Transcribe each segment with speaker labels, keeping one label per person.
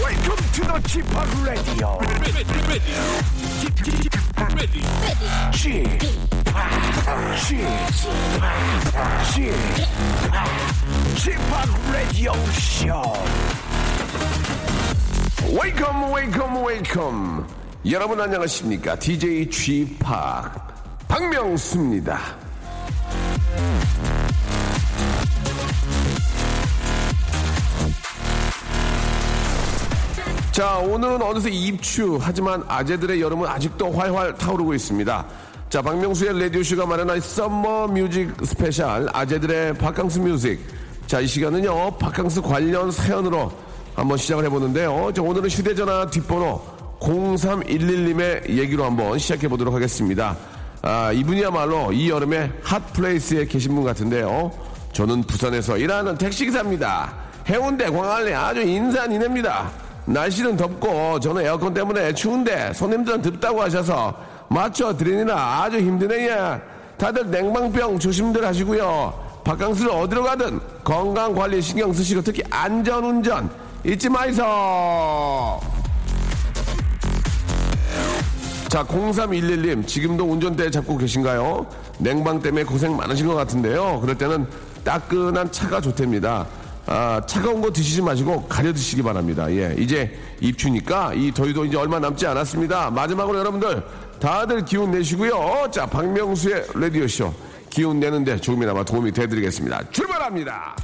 Speaker 1: Welcome to the Chip Radio. Chip Chip Radio Show. Welcome, welcome, welcome. 여러분 안녕하십니까? DJ Chip 박명수입니다. 자, 오늘은 어느새 입추, 하지만 아재들의 여름은 아직도 활활 타오르고 있습니다. 자, 박명수의 라디오쇼가 마련한 썸머 뮤직 스페셜, 아재들의 바캉스 뮤직. 자, 이 시간은요, 바캉스 관련 사연으로 한번 시작을 해보는데요. 자, 오늘은 휴대전화 뒷번호 0311님의 얘기로 한번 시작해보도록 하겠습니다. 아, 이분이야말로 이 여름에 핫플레이스에 계신 분 같은데요. 어? 저는 부산에서 일하는 택시기사입니다. 해운대, 광안리 아주 인산이냅니다. 날씨는 덥고 저는 에어컨 때문에 추운데 손님들은 덥다고 하셔서 맞춰 드리느라 아주 힘드네요. 예. 다들 냉방병 조심들 하시고요. 바캉스를 어디로 가든 건강 관리 신경 쓰시고 특히 안전 운전 잊지 마이소. 자, 0311님, 지금도 운전대 잡고 계신가요? 냉방 때문에 고생 많으신 것 같은데요. 그럴 때는 따끈한 차가 좋답니다. 아, 차가운 거 드시지 마시고 가려 드시기 바랍니다. 예, 이제 입추니까 이 더위도 이제 얼마 남지 않았습니다. 마지막으로 여러분들 다들 기운 내시고요. 자, 박명수의 라디오쇼. 기운 내는데 조금이나마 도움이 되드리겠습니다. 출발합니다!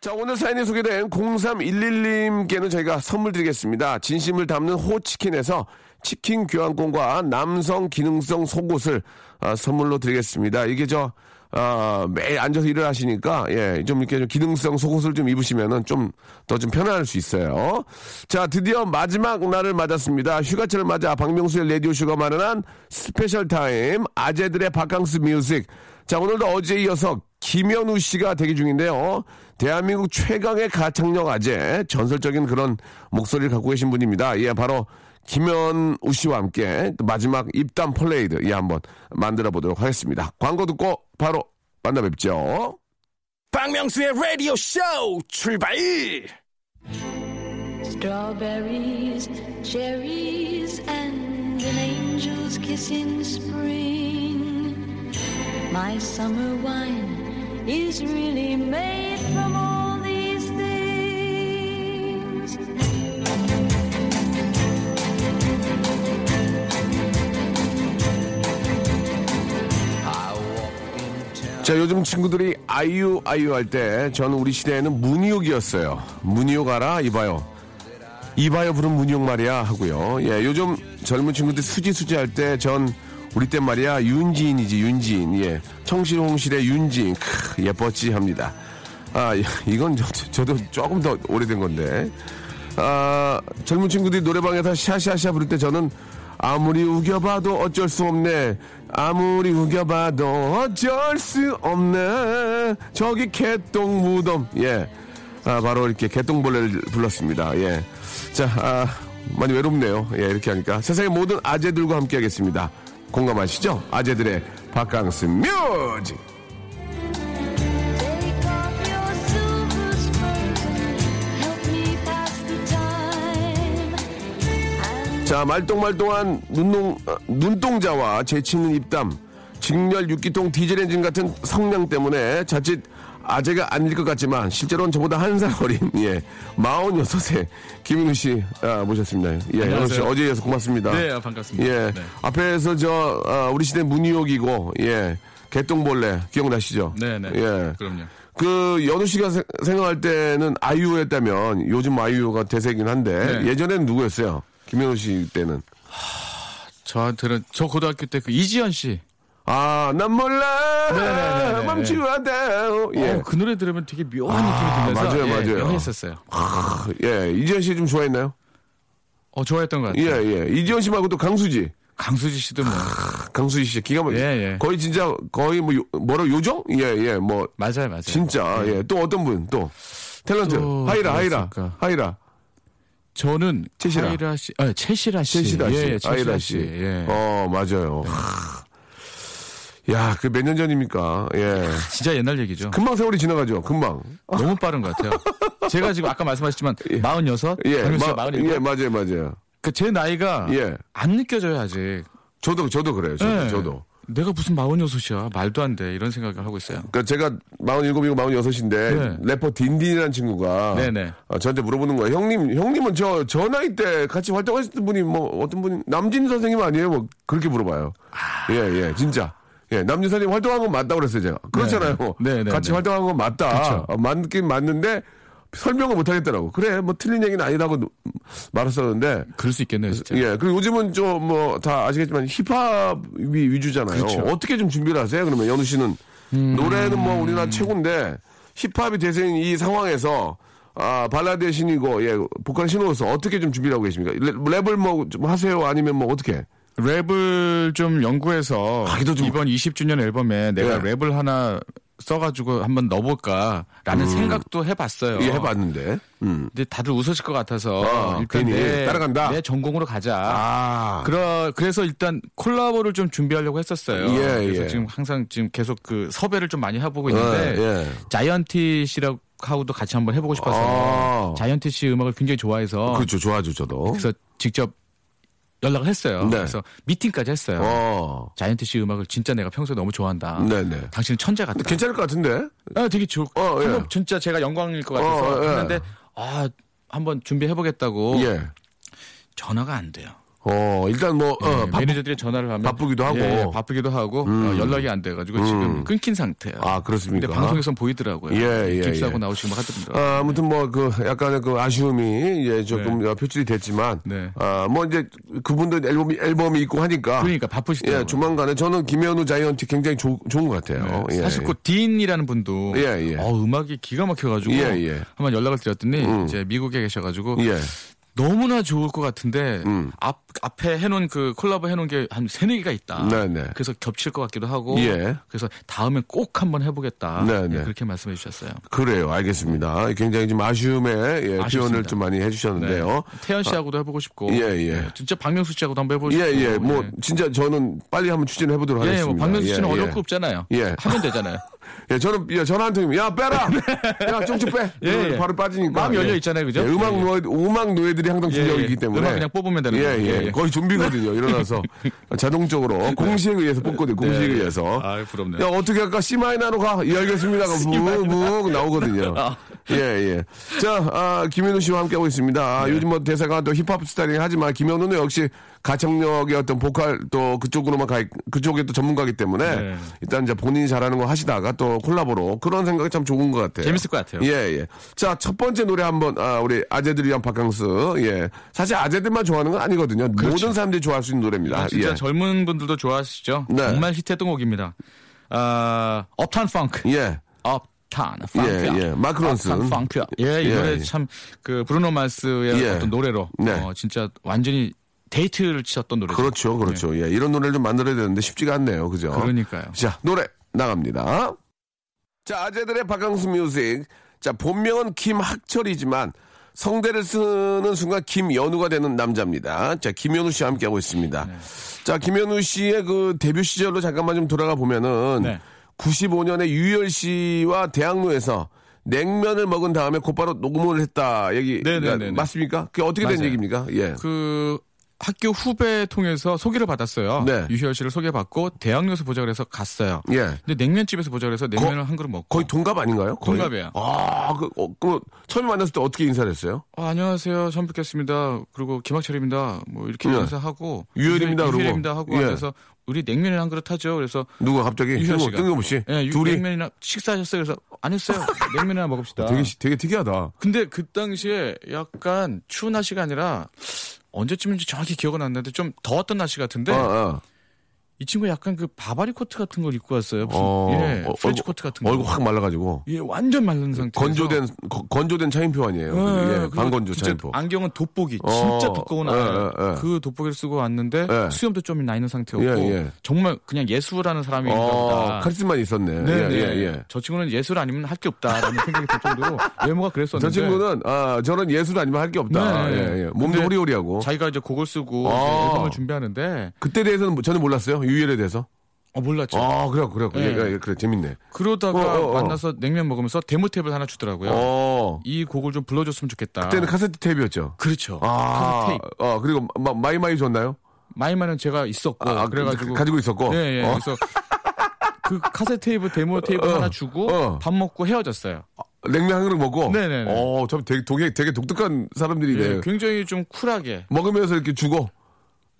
Speaker 1: 자, 오늘 사연이 소개된 0311님께는 저희가 선물 드리겠습니다. 진심을 담는 호치킨에서 치킨 교환권과 남성 기능성 속옷을 아, 선물로 드리겠습니다. 이게 저, 아, 매일 앉아서 일을 하시니까, 예, 좀 이렇게 좀 기능성 속옷을 좀 입으시면은 좀 더 좀 편안할 수 있어요. 자, 드디어 마지막 날을 맞았습니다. 휴가철을 맞아 박명수의 라디오쇼가 마련한 스페셜 타임, 아재들의 바캉스 뮤직. 자, 오늘도 어제에 이어서 김현우 씨가 대기 중인데요. 대한민국 최강의 가창력 아재, 전설적인 그런 목소리를 갖고 계신 분입니다. 예, 바로 김현우 씨와 함께 또 마지막 입담 플레이드, 예, 한번 만들어 보도록 하겠습니다. 광고 듣고 바로 만나 뵙죠. 박명수의 라디오 쇼 출발!
Speaker 2: Strawberries, cherries, and an angel's kiss in spring. My summer wine is really made from all these things.
Speaker 1: 자, 요즘 친구들이 아이유, 아이유 할 때 저는 우리 시대에는 문희옥이었어요. 문희옥 알아? 이봐요. 이봐요 부른 문희옥 말이야 하고요. 예, 요즘 젊은 친구들 수지수지 할 때 전 우리 때 말이야 윤지인이지 윤지인. 예, 청실홍실의 윤지인. 크, 예뻤지 합니다. 아, 이- 이건 저, 저도 조금 더 오래된 건데. 아, 젊은 친구들이 노래방에서 샤샤샤 부를 때 저는 아무리 우겨봐도 어쩔 수 없네. 아무리 우겨봐도 어쩔 수 없네. 저기 개똥 무덤. 예. 아, 바로 이렇게 개똥벌레를 불렀습니다. 예. 자, 아, 많이 외롭네요. 예, 이렇게 하니까. 세상의 모든 아재들과 함께 하겠습니다. 공감하시죠? 아재들의 바캉스 뮤직!
Speaker 2: Take off your silver spurs, help me pass the time.
Speaker 1: 자, 말똥말똥한 눈농, 어, 눈동자와 재치있는 입담, 직렬 6기통 디젤 엔진 같은 성량 때문에 자칫 아재가 아닐 것 같지만 실제로는 저보다 한 살 어린 예, 46세 김인우 씨 아, 모셨습니다. 예,
Speaker 3: 안녕하세요.
Speaker 1: 영우 씨 어제 이어서 고맙습니다.
Speaker 3: 네, 반갑습니다.
Speaker 1: 예.
Speaker 3: 네.
Speaker 1: 앞에서 저 아, 우리 시대 문희옥이고 예. 개똥벌레 기억나시죠?
Speaker 3: 네, 네.
Speaker 1: 예.
Speaker 3: 그럼요.
Speaker 1: 그 연우 씨가 세- 생각할 때는 아이유였다면 요즘 아이유가 대세긴 한데
Speaker 3: 네.
Speaker 1: 예전에는 누구였어요? 김연우 씨 때는
Speaker 3: 저한테는 저 고등학교 때 그 이지연 씨.
Speaker 1: 아 난 몰라
Speaker 3: 네, 네, 네, 네.
Speaker 1: 맘 멈추어야 돼요. 예.
Speaker 3: 어, 그 노래 들으면 되게 묘한 느낌이 들면서
Speaker 1: 맞아요,
Speaker 3: 예,
Speaker 1: 맞아요.
Speaker 3: 명했었어요.
Speaker 1: 예. 이지현 씨 좀 좋아했나요?
Speaker 3: 어, 좋아했던 것
Speaker 1: 예,
Speaker 3: 같아요.
Speaker 1: 예. 이지현 씨 말고 또 강수지.
Speaker 3: 강수지 씨도 뭐
Speaker 1: 강수지 씨 기가 막혀.
Speaker 3: 예, 예.
Speaker 1: 거의 진짜 거의 뭐 요- 뭐라 요정? 예, 예. 뭐
Speaker 3: 맞아요, 맞아요.
Speaker 1: 진짜 예. 또 어떤 분? 또 탤런트
Speaker 3: 네. 또
Speaker 1: 하이라
Speaker 3: 누가
Speaker 1: 하이라
Speaker 3: 있을까?
Speaker 1: 하이라
Speaker 3: 저는
Speaker 1: 채시라.
Speaker 3: 하이라 씨, 아, 채시라 씨,
Speaker 1: 최시라 씨,
Speaker 3: 예, 예,
Speaker 1: 하이라
Speaker 3: 채시라
Speaker 1: 씨.
Speaker 3: 씨, 예.
Speaker 1: 어 맞아요. 하. 야, 그 몇 년 전입니까? 예.
Speaker 3: 진짜 옛날 얘기죠.
Speaker 1: 금방 세월이 지나가죠. 금방.
Speaker 3: 너무 빠른 것 같아요. 제가 지금 아까 말씀하셨지만 46,
Speaker 1: 뭐 예,
Speaker 3: 강민 씨가
Speaker 1: 마-
Speaker 3: 47.
Speaker 1: 예, 맞아요, 맞아요.
Speaker 3: 그제 나이가
Speaker 1: 예.
Speaker 3: 안 느껴져요 아직.
Speaker 1: 저도 저도 그래요. 저도.
Speaker 3: 예.
Speaker 1: 저도.
Speaker 3: 내가 무슨 46이야 말도 안 돼 이런 생각을 하고 있어요.
Speaker 1: 그러니까 제가 47이고 46인데
Speaker 3: 네.
Speaker 1: 래퍼 딘딘이라는 친구가
Speaker 3: 네네.
Speaker 1: 아, 저한테 물어보는 거예요. 형님, 형님은 저, 저 나이 때 같이 활동하셨던 분이 뭐 어떤 분이 남진 선생님 아니에요? 뭐 그렇게 물어봐요.
Speaker 3: 아.
Speaker 1: 예, 예, 진짜. 예, 남진 선생님 활동한 건 맞다고 그랬어요, 제가. 그렇잖아요.
Speaker 3: 네, 네,
Speaker 1: 같이
Speaker 3: 네.
Speaker 1: 활동한 건 맞다. 아, 맞긴 맞는데 설명을 못 하겠더라고. 그래, 뭐 틀린 얘기는 아니라고 말했었는데
Speaker 3: 그럴 수 있겠네요 진짜.
Speaker 1: 예, 그리고 요즘은 좀 뭐 다 아시겠지만 힙합이 위주잖아요. 어떻게 좀 준비를 하세요? 그러면 연우 씨는 노래는 뭐 우리나라 최고인데 힙합이 대세인 이 상황에서 아 발라드의 신이고 예 보컬 신으로서 어떻게 좀 준비를 하고 계십니까? 랩- 랩을 뭐 좀 하세요? 아니면 뭐 어떻게?
Speaker 3: 랩을 좀 연구해서
Speaker 1: 이거 좀-
Speaker 3: 이번 20주년 앨범에 내가
Speaker 1: 예.
Speaker 3: 랩을 하나 써가지고 한번 넣어볼까라는 생각도 해봤어요.
Speaker 1: 음. 예, 해봤는데. 음.
Speaker 3: 근데 다들 웃으실 것 같아서
Speaker 1: 아,
Speaker 3: 일단
Speaker 1: 괜히
Speaker 3: 내,
Speaker 1: 따라간다?
Speaker 3: 내 전공으로 가자.
Speaker 1: 아,
Speaker 3: 그러, 그래서 일단 콜라보를 좀 준비하려고 했었어요.
Speaker 1: 예,
Speaker 3: 그래서
Speaker 1: 예.
Speaker 3: 지금 항상 지금 계속 그 섭외를 좀 많이 해보고 있는데
Speaker 1: 예, 예.
Speaker 3: 자이언티 씨랑 하고도 같이 한번 해보고 싶어서
Speaker 1: 아.
Speaker 3: 자이언티 씨 음악을 굉장히 좋아해서
Speaker 1: 그렇죠, 좋아죠, 저도.
Speaker 3: 그래서 직접 연락을 했어요.
Speaker 1: 네.
Speaker 3: 그래서 미팅까지 했어요.
Speaker 1: 어,
Speaker 3: 자이언티 씨 음악을 진짜 내가 평소에 너무 좋아한다.
Speaker 1: 네네.
Speaker 3: 당신은 천재 같다.
Speaker 1: 괜찮을 것 같은데.
Speaker 3: 아, 되게 좋.
Speaker 1: 어, 예.
Speaker 3: 한번 진짜 제가 영광일 것 같아서
Speaker 1: 어, 예.
Speaker 3: 했는데 아 한번 준비해보겠다고
Speaker 1: 예.
Speaker 3: 전화가 안 돼요.
Speaker 1: 어, 일단 뭐 어,
Speaker 3: 예,
Speaker 1: 바-
Speaker 3: 매니저들이 전화를 하면
Speaker 1: 바쁘기도 하고. 음.
Speaker 3: 예, 바쁘기도 하고 어, 연락이 안 돼가지고 지금 끊긴 상태예요.
Speaker 1: 아, 그렇습니까?
Speaker 3: 근데 방송에선 보이더라고요.
Speaker 1: 예, 예,
Speaker 3: 깁스하고
Speaker 1: 예.
Speaker 3: 나오시고 막 하더라고요.
Speaker 1: 아, 아무튼 뭐 그 약간의 그 아쉬움이 이제 조금 어, 표출이 됐지만
Speaker 3: 네.
Speaker 1: 아, 뭐 이제 그분들 앨범이 앨범이 있고 하니까
Speaker 3: 그러니까 바쁘시더라고요.
Speaker 1: 예, 조만간에 저는 김현우 자이언티 굉장히 조- 좋은 것 같아요. 예.
Speaker 3: 사실 그 딘이라는 분도
Speaker 1: 예, 예.
Speaker 3: 어, 음악이 기가 막혀가지고
Speaker 1: 예, 예.
Speaker 3: 한번 연락을 드렸더니 이제 미국에 계셔가지고
Speaker 1: 예.
Speaker 3: 너무나 좋을 것 같은데
Speaker 1: 음.
Speaker 3: 앞 앞에 해놓은 그 콜라보 해놓은 게 한 세네 개가 있다.
Speaker 1: 네네.
Speaker 3: 아, 그래서 겹칠 것 같기도 하고.
Speaker 1: 예.
Speaker 3: 그래서 다음엔 꼭 한번 해보겠다.
Speaker 1: 네네.
Speaker 3: 예, 그렇게 말씀해 주셨어요.
Speaker 1: 그래요. 알겠습니다. 굉장히 좀 아쉬움의 예, 표현을
Speaker 3: 아쉽습니다.
Speaker 1: 좀 많이 해 주셨는데요.
Speaker 3: 태연 씨하고도 해보고 싶고.
Speaker 1: 예, 예.
Speaker 3: 진짜 박명수 씨하고도 한번 해보고
Speaker 1: 예,
Speaker 3: 싶고.
Speaker 1: 예. 뭐 진짜 저는 빨리 한번 추진해 보도록
Speaker 3: 네. 예, 뭐
Speaker 1: 하겠습니다.
Speaker 3: 박명수 씨는
Speaker 1: 예,
Speaker 3: 어려울
Speaker 1: 예.
Speaker 3: 거 없잖아요.
Speaker 1: 예.
Speaker 3: 하면 되잖아요.
Speaker 1: 예, 저는 예, 전화 한 통이면 야 빼라, 야 쪽지 빼.
Speaker 3: 예,
Speaker 1: 이러면
Speaker 3: 예.
Speaker 1: 바로 빠지니까.
Speaker 3: 마음이 열려 있잖아요, 그죠?
Speaker 1: 예, 음악
Speaker 3: 예, 예.
Speaker 1: 노예, 음악 노예들이 항상
Speaker 3: 예,
Speaker 1: 중력이기
Speaker 3: 예.
Speaker 1: 때문에.
Speaker 3: 음악 그냥 뽑으면 되는
Speaker 1: 예,
Speaker 3: 거예요.
Speaker 1: 예,
Speaker 3: 예, 예.
Speaker 1: 거의 좀비거든요. 일어나서 자동적으로 공시에 의해서 뽑거든요. 공시에
Speaker 3: 네.
Speaker 1: 의해서.
Speaker 3: 아이, 부럽네요.
Speaker 1: 야 어떻게 할까? C 마이너로 가. 예, 알겠습니다. 무무 나오거든요. 예, 예. 자, 아, 김현우 씨와 함께 하고 있습니다. 아,
Speaker 3: 네.
Speaker 1: 요즘 뭐 대사가 또 힙합 스타일이긴 하지만 김현우는 역시 가창력의 어떤 보컬 또 그쪽으로만 가 있- 그쪽에 또 전문가이기 때문에
Speaker 3: 네.
Speaker 1: 일단 이제 본인이 잘하는 거 하시다가 또 콜라보로 그런 생각이 참 좋은 것 같아요.
Speaker 3: 재밌을 것 같아요.
Speaker 1: 예, 예. 자, 첫 번째 노래 한번 아, 우리 아재들이랑 박강수. 예. 사실 아재들만 좋아하는 건 아니거든요. 모든 사람들이 좋아할 수 있는 노래입니다.
Speaker 3: 그렇죠. 진짜
Speaker 1: 예.
Speaker 3: 젊은 분들도 좋아하시죠?
Speaker 1: 네.
Speaker 3: 정말 히트했던 곡입니다. 아, 업탄 펑크.
Speaker 1: 예.
Speaker 3: 업탄 펑크.
Speaker 1: 예, 예. 마크 론슨.
Speaker 3: 업탄 펑크. 예, 이
Speaker 1: 예,
Speaker 3: 노래
Speaker 1: 예.
Speaker 3: 참 그 브루노 마스의
Speaker 1: 예.
Speaker 3: 어떤 노래로
Speaker 1: 네.
Speaker 3: 어, 진짜 완전히 데이트를 치셨던 노래죠.
Speaker 1: 그렇죠, 그렇죠. 예, 이런 노래를 좀 만들어야 되는데 쉽지가 않네요. 그죠?
Speaker 3: 네. 예, 그러니까요.
Speaker 1: 자, 노래 나갑니다. 자, 아재들의 박강수 뮤직. 자, 본명은 김학철이지만 성대를 쓰는 순간 김연우가 되는 남자입니다. 자, 김연우 씨와 함께하고 있습니다.
Speaker 3: 네.
Speaker 1: 자, 김연우 씨의 그 데뷔 시절로 잠깐만 좀 돌아가 보면은
Speaker 3: 네.
Speaker 1: 95년에 유열 씨와 대학로에서 냉면을 먹은 다음에 곧바로 녹음을 했다. 얘기 그러니까
Speaker 3: 네네네네.
Speaker 1: 맞습니까? 그게 어떻게 된
Speaker 3: 맞아요.
Speaker 1: 얘기입니까? 예.
Speaker 3: 그 학교 후배 통해서 소개를 받았어요.
Speaker 1: 네.
Speaker 3: 유희열 씨를 소개받고 대학로에서 보자 그래서 갔어요.
Speaker 1: 예.
Speaker 3: 근데 냉면집에서 보자 그래서 냉면을 한 그릇 먹고
Speaker 1: 거의 동갑 아닌가요? 거의?
Speaker 3: 동갑이에요.
Speaker 1: 아, 그, 어, 그, 처음에 만났을 때 어떻게 인사를 했어요?
Speaker 3: 어, 안녕하세요. 처음 뵙겠습니다. 그리고 김학철입니다. 뭐 이렇게
Speaker 1: 예.
Speaker 3: 인사하고
Speaker 1: 유열입니다, 그러고.
Speaker 3: 유희열입니다 하고
Speaker 1: 예.
Speaker 3: 앉아서 우리 냉면을 한 그릇 하죠. 그래서
Speaker 1: 누가 갑자기?
Speaker 3: 유현
Speaker 1: 뜬금-
Speaker 3: 씨가.
Speaker 1: 뜬금없이?
Speaker 3: 예, 유-
Speaker 1: 둘이?
Speaker 3: 냉면이나 식사하셨어요. 그래서 안 했어요. 냉면이나 먹읍시다.
Speaker 1: 되게, 시- 되게 특이하다.
Speaker 3: 근데 그 당시에 약간 추운 네. 날씨가 아니라 언제쯤인지 정확히 기억은 안 나는데 좀 더웠던 날씨 같은데
Speaker 1: 아, 아.
Speaker 3: 이 친구 약간 그 바바리 코트 같은 걸 입고 왔어요. 무슨
Speaker 1: 어,
Speaker 3: 예,
Speaker 1: 어,
Speaker 3: 프렌치
Speaker 1: 얼굴-
Speaker 3: 코트 같은 거.
Speaker 1: 얼굴 확 말라가지고
Speaker 3: 예, 완전 말른 상태.
Speaker 1: 건조된 거- 건조된 차인표 아니에요? 예, 반건조
Speaker 3: 진짜
Speaker 1: 차인표.
Speaker 3: 안경은 돋보기
Speaker 1: 어,
Speaker 3: 진짜 두꺼운
Speaker 1: 예,
Speaker 3: 안경.
Speaker 1: 예, 예.
Speaker 3: 그 돋보기를 쓰고 왔는데
Speaker 1: 예.
Speaker 3: 수염도 좀 나 있는 상태였고
Speaker 1: 예, 예.
Speaker 3: 정말 그냥 예수라는 사람인가
Speaker 1: 어,
Speaker 3: 보다.
Speaker 1: 카리스마 있었네.
Speaker 3: 네,
Speaker 1: 예,
Speaker 3: 네.
Speaker 1: 예, 예.
Speaker 3: 저 친구는 예술 아니면 할 게 없다라는 생각이 들 정도로 외모가 그랬었는데
Speaker 1: 저 친구는 아 저런 예술 아니면 할 게 없다.
Speaker 3: 네, 네.
Speaker 1: 예, 예. 몸도
Speaker 3: 근데
Speaker 1: 호리호리하고.
Speaker 3: 자기가 이제 곡을 쓰고
Speaker 1: 아.
Speaker 3: 이제 앨범을 준비하는데
Speaker 1: 그때 대해서는 뭐- 저는 몰랐어요. 유열에 대해서.
Speaker 3: 어, 몰랐죠.
Speaker 1: 아 그래 그래 그래
Speaker 3: 예.
Speaker 1: 예, 예, 그래 재밌네.
Speaker 3: 그러다가
Speaker 1: 어, 어, 어.
Speaker 3: 만나서 냉면 먹으면서 데모 탭을 하나 주더라고요.
Speaker 1: 어
Speaker 3: 이 곡을 좀 불러줬으면 좋겠다.
Speaker 1: 그때는 카세트 테이프였죠.
Speaker 3: 그렇죠.
Speaker 1: 아,
Speaker 3: 카세트 테이프.
Speaker 1: 어 그리고 마, 마이마이 줬나요?
Speaker 3: 마이마는 제가 있었고
Speaker 1: 아, 아,
Speaker 3: 그래가지고
Speaker 1: 가지고 있었고.
Speaker 3: 예, 예.
Speaker 1: 어.
Speaker 3: 그래서 그 카세트 테이프 데모 테이프
Speaker 1: 어,
Speaker 3: 하나 주고
Speaker 1: 어.
Speaker 3: 밥 먹고 헤어졌어요.
Speaker 1: 냉면 한 그릇 먹고.
Speaker 3: 네네네.
Speaker 1: 어, 참 되게 되게, 되게 독특한 사람들이네.
Speaker 3: 예, 굉장히 좀 쿨하게
Speaker 1: 먹으면서 이렇게 주고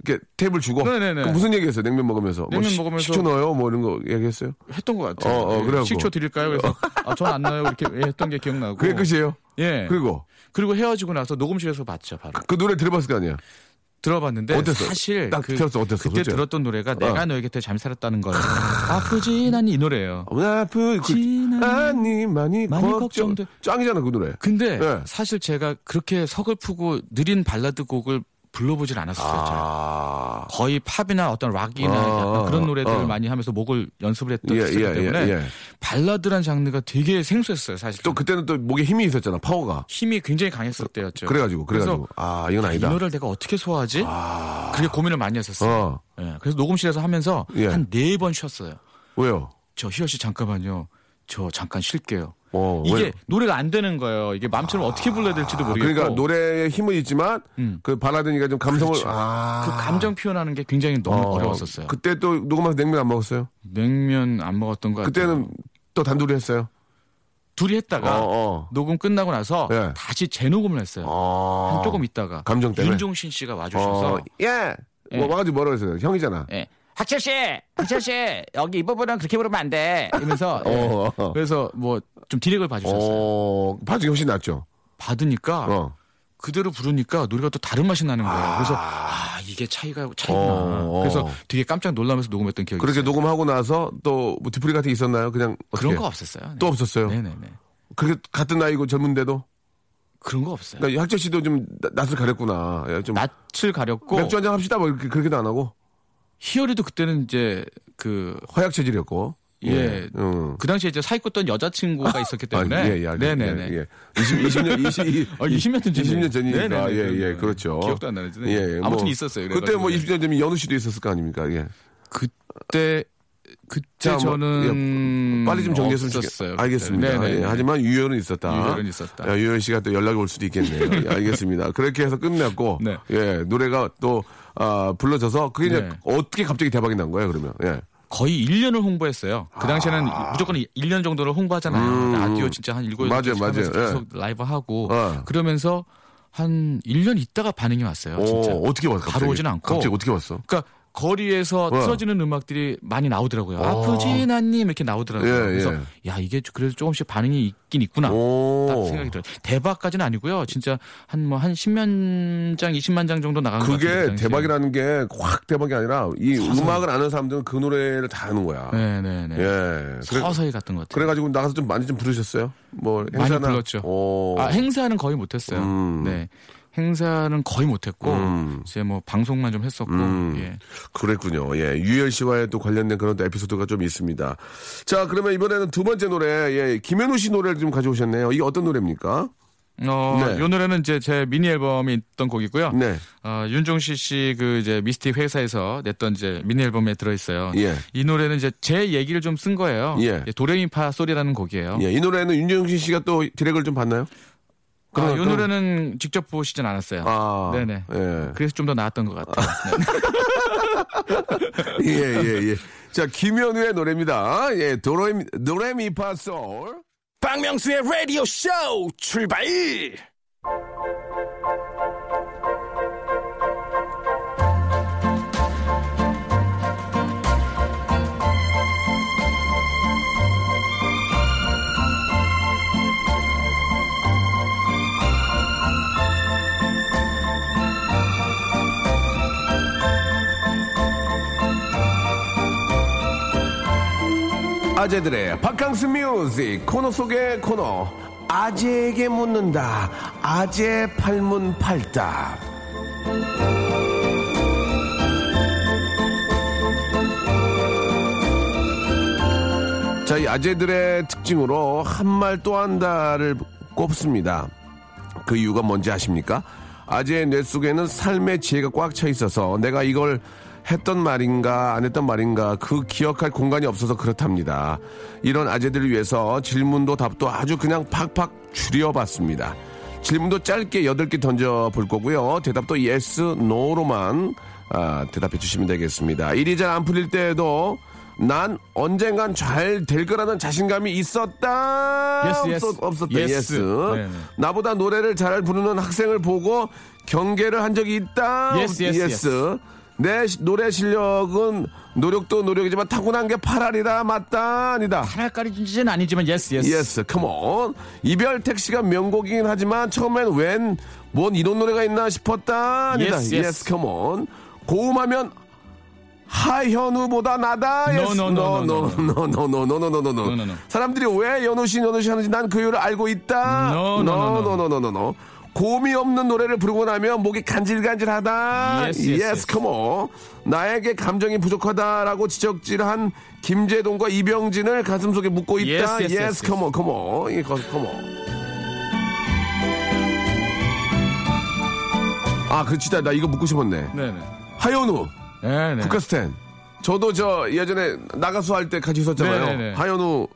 Speaker 1: 이렇게 탭을 주고.
Speaker 3: 네네네.
Speaker 1: 그럼 무슨 얘기했어요? 냉면 먹으면서. 뭐
Speaker 3: 냉면
Speaker 1: 시-
Speaker 3: 먹으면서-
Speaker 1: 식초 넣어요? 뭐 이런 거 얘기했어요?
Speaker 3: 했던 것 같아요.
Speaker 1: 어, 어,
Speaker 3: 예,
Speaker 1: 그래갖고. 어.
Speaker 3: 식초 드릴까요? 그래서 아, 전 안 나요. 이렇게 했던 게 기억나고.
Speaker 1: 그게 끝이에요.
Speaker 3: 예. 그리고,
Speaker 1: 그리고
Speaker 3: 헤어지고 나서 녹음실에서 봤죠. 바로
Speaker 1: 그 노래 들어봤을 거 아니야.
Speaker 3: 들어봤는데
Speaker 1: 어땠어?
Speaker 3: 사실
Speaker 1: 딱
Speaker 3: 그,
Speaker 1: 들었어, 어땠어?
Speaker 3: 그때
Speaker 1: 솔직히.
Speaker 3: 들었던 노래가 내가 너에게 잘 살았다는 걸 아프진 않니 이 노래예요.
Speaker 1: 어머나 아프
Speaker 3: 지난
Speaker 1: 아니 많이,
Speaker 3: 많이
Speaker 1: 걱정.
Speaker 3: 걱정돼.
Speaker 1: 짱이잖아 그 노래.
Speaker 3: 근데
Speaker 1: 예.
Speaker 3: 사실 제가 그렇게 서글프고 느린 발라드 곡을 불러보질 않았어요. 제가.
Speaker 1: 아.
Speaker 3: 거의 팝이나 어떤 락이나
Speaker 1: 어,
Speaker 3: 약간 그런
Speaker 1: 어,
Speaker 3: 노래들을
Speaker 1: 어.
Speaker 3: 많이 하면서 목을 연습을 했던
Speaker 1: 예,
Speaker 3: 시기
Speaker 1: 예, 예,
Speaker 3: 그 때문에
Speaker 1: 예.
Speaker 3: 발라드란 장르가 되게 생소했어요 사실
Speaker 1: 또 그때는 또 목에 힘이 있었잖아. 파워가.
Speaker 3: 힘이 굉장히 강했을 때였죠
Speaker 1: 그래가지고 그래가지고 아 이건
Speaker 3: 그렇죠. 이
Speaker 1: 아니다.
Speaker 3: 노래를 내가 어떻게 소화하지? 그게 고민을 많이 했었어요
Speaker 1: 어
Speaker 3: 예, 그래서 녹음실에서 하면서
Speaker 1: 예.
Speaker 3: 한 네 번 쉬었어요
Speaker 1: 왜요?
Speaker 3: 저 희열 씨 잠깐만요 저 잠깐 쉴게요
Speaker 1: 어,
Speaker 3: 이게
Speaker 1: 왜요?
Speaker 3: 노래가 안 되는 거예요 이게 마음처럼 어떻게 불러야 될지도
Speaker 1: 아,
Speaker 3: 모르겠고
Speaker 1: 그러니까 노래에 힘은 있지만
Speaker 3: 음.
Speaker 1: 그 발라드니까 좀 감성을
Speaker 3: 그렇죠.
Speaker 1: 아.
Speaker 3: 그 감정 표현하는 게 굉장히 너무 어, 려웠었어요
Speaker 1: 그때 또 녹음해서 냉면 안 먹었어요.
Speaker 3: 냉면 안 먹었던 거
Speaker 1: 그때는 또 단둘이 했어요.
Speaker 3: 둘이 했다가
Speaker 1: 어, 어.
Speaker 3: 녹음 끝나고 나서
Speaker 1: 예.
Speaker 3: 다시 재녹음을 했어요.
Speaker 1: 아.
Speaker 3: 한 조금 있다가
Speaker 1: 감정 때문에?
Speaker 3: 윤종신 씨가 와주셔서
Speaker 1: 어. 예. 뭐 와가지고 뭐라 그랬어요? 형이잖아.
Speaker 3: 예. 학철 씨, 학철 씨 여기 이 부분은 그렇게 부르면 안 돼. 이러면서 예.
Speaker 1: 어, 어.
Speaker 3: 그래서 뭐 좀 디렉을 봐주셨어요. 아,
Speaker 1: 어. 바지 훨씬 낫죠.
Speaker 3: 받으니까
Speaker 1: 어.
Speaker 3: 그대로 부르니까 노래가 또 다른 맛이 나는 거예요. 그래서 아 이게 차이가 차이구나.
Speaker 1: 어.
Speaker 3: 그래서 되게 깜짝 놀라면서 녹음했던 기억이
Speaker 1: 그렇게
Speaker 3: 있어요.
Speaker 1: 녹음하고 나서 또뭐 뒤풀이 같은 게 있었나요? 그냥
Speaker 3: 그런
Speaker 1: 어떻게?
Speaker 3: 거 없었어요. 네.
Speaker 1: 또 없었어요.
Speaker 3: 네네네. 네.
Speaker 1: 그렇게 같은 나이고 젊은데도.
Speaker 3: 그런 거 없어요.
Speaker 1: 그러니까 학철 씨도 좀 나- 낯을 가렸구나. 예, 좀
Speaker 3: 낯을 가렸고
Speaker 1: 맥주 한잔 합시다. 뭐 이렇게 그렇게도 안 하고
Speaker 3: 희열이도 그때는 이제 그
Speaker 1: 허약 체질이었고.
Speaker 3: 예.
Speaker 1: 음.
Speaker 3: 그 당시에 이제 사귀었던 여자친구가 있었기 때문에
Speaker 1: 아, 예, 예, 알겠습니다.
Speaker 3: 네네네.
Speaker 1: 예, 예. 20, 20년, 20,
Speaker 3: 아, 20년 전이네요.
Speaker 1: 20년 전이니까.
Speaker 3: 네네네.
Speaker 1: 예, 예, 그렇죠.
Speaker 3: 기억도 안 나는데.
Speaker 1: 예, 예,
Speaker 3: 아무튼 있었어요.
Speaker 1: 그때 뭐
Speaker 3: 그래가지고. 네.
Speaker 1: 20년 전이면 연우 씨도 있었을 거 아닙니까? 예.
Speaker 3: 그때 그때
Speaker 1: 자, 뭐,
Speaker 3: 저는
Speaker 1: 빨리 좀 정리했으면
Speaker 3: 음, 없었어요.
Speaker 1: 좋겠어요. 알겠습니다.
Speaker 3: 네네.
Speaker 1: 예, 하지만 유혈은 있었다.
Speaker 3: 유혈은 있었다.
Speaker 1: 예, 유혈 씨가 또 연락이 올 수도 있겠네요. 예, 알겠습니다. 그렇게 해서 끝났고,
Speaker 3: 네.
Speaker 1: 예, 노래가 또, 아, 불러져서 그게 이제
Speaker 3: 네.
Speaker 1: 어떻게 갑자기 대박이 난 거예요, 그러면? 예.
Speaker 3: 거의 1년을 홍보했어요.
Speaker 1: 아.
Speaker 3: 그 당시에는 무조건 1년 정도를 홍보하잖아요. 라디오 진짜 한 7, 8년
Speaker 1: 음. 맞아요,
Speaker 3: 하면서
Speaker 1: 맞아요.
Speaker 3: 계속 라이브 하고
Speaker 1: 어.
Speaker 3: 그러면서 한 1년 있다가 반응이 왔어요. 아, 진짜.
Speaker 1: 오, 어떻게 왔어? 갑자기?
Speaker 3: 바로 오진 않고.
Speaker 1: 갑자기 어떻게 왔어?
Speaker 3: 그러니까 거리에서 틀어지는 음악들이 많이 나오더라고요. 아프진 않님 이렇게 나오더라고요.
Speaker 1: 어. 예, 예.
Speaker 3: 그래서 야 이게 그래도 조금씩 반응이 있긴 있구나.
Speaker 1: 오.
Speaker 3: 아, 딱 생각이 들어요. 대박까지는 아니고요. 진짜 한 뭐 한 10만 장, 20만 장 정도 나간 것 같아요.
Speaker 1: 그게
Speaker 3: 그 당시에.
Speaker 1: 대박이라는 게 확 대박이 아니라 이 음악을 아는 사람들은 그 노래를 다 아는 거야.
Speaker 3: 네, 네, 네.
Speaker 1: 예. 그래,
Speaker 3: 서서히 갔던 것 같아요.
Speaker 1: 그래가지고 나가서 좀 많이 좀 부르셨어요? 뭐
Speaker 3: 많이
Speaker 1: 행사나 어.
Speaker 3: 불렀죠.
Speaker 1: 오.
Speaker 3: 아, 행사는 거의 못했어요.
Speaker 1: 음.
Speaker 3: 네. 행사는 거의 못했고
Speaker 1: 음.
Speaker 3: 이제 뭐 방송만 좀 했었고
Speaker 1: 음.
Speaker 3: 예.
Speaker 1: 그랬군요. 예. 유열 씨와의 또 관련된 그런 또 에피소드가 좀 있습니다. 자, 그러면 이번에는 두 번째 노래, 예. 김현우 씨 노래를 좀 가져오셨네요. 이게 어떤 노래입니까?
Speaker 3: 어,
Speaker 1: 네.
Speaker 3: 요 노래는 이제 제 미니 앨범에 있던 곡이고요.
Speaker 1: 네.
Speaker 3: 어, 윤종신 씨그 이제 미스틱 회사에서 냈던 이제 미니 앨범에 들어 있어요.
Speaker 1: 예.
Speaker 3: 이 노래는 이제 제 얘기를 좀 쓴 거예요.
Speaker 1: 예.
Speaker 3: 도레미파 소리라는 곡이에요.
Speaker 1: 예. 이 노래는 윤정신 씨가 또 디렉을 좀 봤나요?
Speaker 3: 아,
Speaker 1: 그럼-
Speaker 3: 요
Speaker 1: 그럼-
Speaker 3: 노래는 직접 보시진 않았어요.
Speaker 1: 아.
Speaker 3: 네네.
Speaker 1: 예.
Speaker 3: 그래서 좀 더 나았던 것 같아요. 네.
Speaker 1: 예, 예, 예. 자, 김현우의 노래입니다. 예, 도레미, 도레미파 솔.
Speaker 4: 박명수의 라디오 쇼 출발!
Speaker 1: 아재들의 바캉스 뮤직 코너 속의 코너 아재에게 묻는다 아재 팔문 팔답 자, 이 아재들의 특징으로 한 말 또 한다를 꼽습니다. 그 이유가 뭔지 아십니까? 아재의 뇌 속에는 삶의 지혜가 꽉 차 있어서 내가 이걸 했던 말인가 안 했던 말인가 그 기억할 공간이 없어서 그렇답니다. 이런 아재들을 위해서 질문도 답도 아주 그냥 팍팍 줄여봤습니다. 질문도 짧게 8개 던져볼 거고요. 대답도 yes, no로만 아, 대답해 주시면 되겠습니다. 일이 잘 안 풀릴 때에도 난 언젠간 잘 될 거라는 자신감이 있었다.
Speaker 3: Yes, yes.
Speaker 1: 없었- 없었다.
Speaker 3: Yes.
Speaker 1: yes.
Speaker 3: 네, 네.
Speaker 1: 나보다 노래를 잘 부르는 학생을 보고 경계를 한 적이 있다.
Speaker 3: Yes, yes,
Speaker 1: 내 시- 노래 실력은 노력도 노력이지만 타고난 게 파랄이다. 맞다. 아니다.
Speaker 3: 하나까지 진지는 아니지만 예스 예스.
Speaker 1: 예스, 컴온. 이별 택시가 명곡이긴 하지만 처음엔 웬, 뭔 이런 노래가 있나 싶었다. 아니다.
Speaker 3: Yes, yes.
Speaker 1: 예스, 컴온. 고음하면 하현우보다 나다.
Speaker 3: No,
Speaker 1: 예스.
Speaker 3: no,
Speaker 1: no,
Speaker 3: no, no,
Speaker 1: no, no, no, no, no, no, no, no.
Speaker 3: No, no, no.
Speaker 1: 사람들이 왜 연우 씨, 연우 씨 하는지 난 그 이유를 알고 있다.
Speaker 3: No, no, no, no.
Speaker 1: no, no, no, no. 고음이 없는 노래를 부르고 나면 목이 간질간질하다.
Speaker 3: Yes, yes,
Speaker 1: 예스,
Speaker 3: yes.
Speaker 1: 컴온. 나에게 감정이 부족하다라고 지적질한 김재동과 이병진을 가슴속에 묻고 있다. 있다.
Speaker 3: Yes, yes,
Speaker 1: yes,
Speaker 3: yes, yes.
Speaker 1: come on, come on. 예, 가서 come on. 아, 그렇지다. 나 이거 묻고 싶었네.
Speaker 3: 네네.
Speaker 1: 하현우,
Speaker 3: 네네.
Speaker 1: 북카스텐. 저도 저 예전에 나가수 할 때 같이 있었잖아요.
Speaker 3: 네, 네, 네.
Speaker 1: 하현우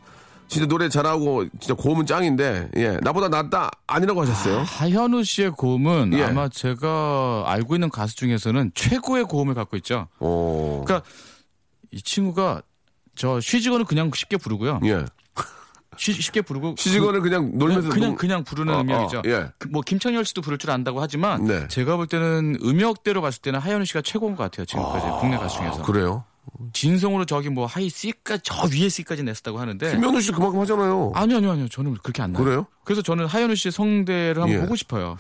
Speaker 1: 진짜 노래 잘하고 진짜 고음은 짱인데 예 나보다 낫다 아니라고 하셨어요.
Speaker 3: 하현우 씨의 고음은
Speaker 1: 예.
Speaker 3: 아마 제가 알고 있는 가수 중에서는 최고의 고음을 갖고 있죠.
Speaker 1: 오,
Speaker 3: 그러니까 이 친구가 저 쉬지거는 그냥 쉽게 부르고요.
Speaker 1: 예
Speaker 3: 쉬, 쉽게 부르고
Speaker 1: 시즈건을 그냥
Speaker 3: 그-
Speaker 1: 놀면서
Speaker 3: 그냥 그냥,
Speaker 1: 농-
Speaker 3: 부르는
Speaker 1: 어, 어,
Speaker 3: 음역이죠.
Speaker 1: 예.
Speaker 3: 그, 뭐 김창렬 씨도 부를 줄 안다고 하지만
Speaker 1: 네.
Speaker 3: 제가 볼 때는 음역대로 봤을 때는 하현우 씨가 최고인 것 같아요. 지금까지 국내 가수 중에서.
Speaker 1: 그래요.
Speaker 3: 진성으로 저기 뭐 하이 C까지 저 위에 C까지 냈었다고 하는데
Speaker 1: 김현우 씨 그만큼 하잖아요.
Speaker 3: 아니요 아니요 아니요 저는 그렇게 안 나요.
Speaker 1: 그래요?
Speaker 3: 그래서 저는 하현우 씨의 성대를 한번
Speaker 1: 예.
Speaker 3: 보고 싶어요.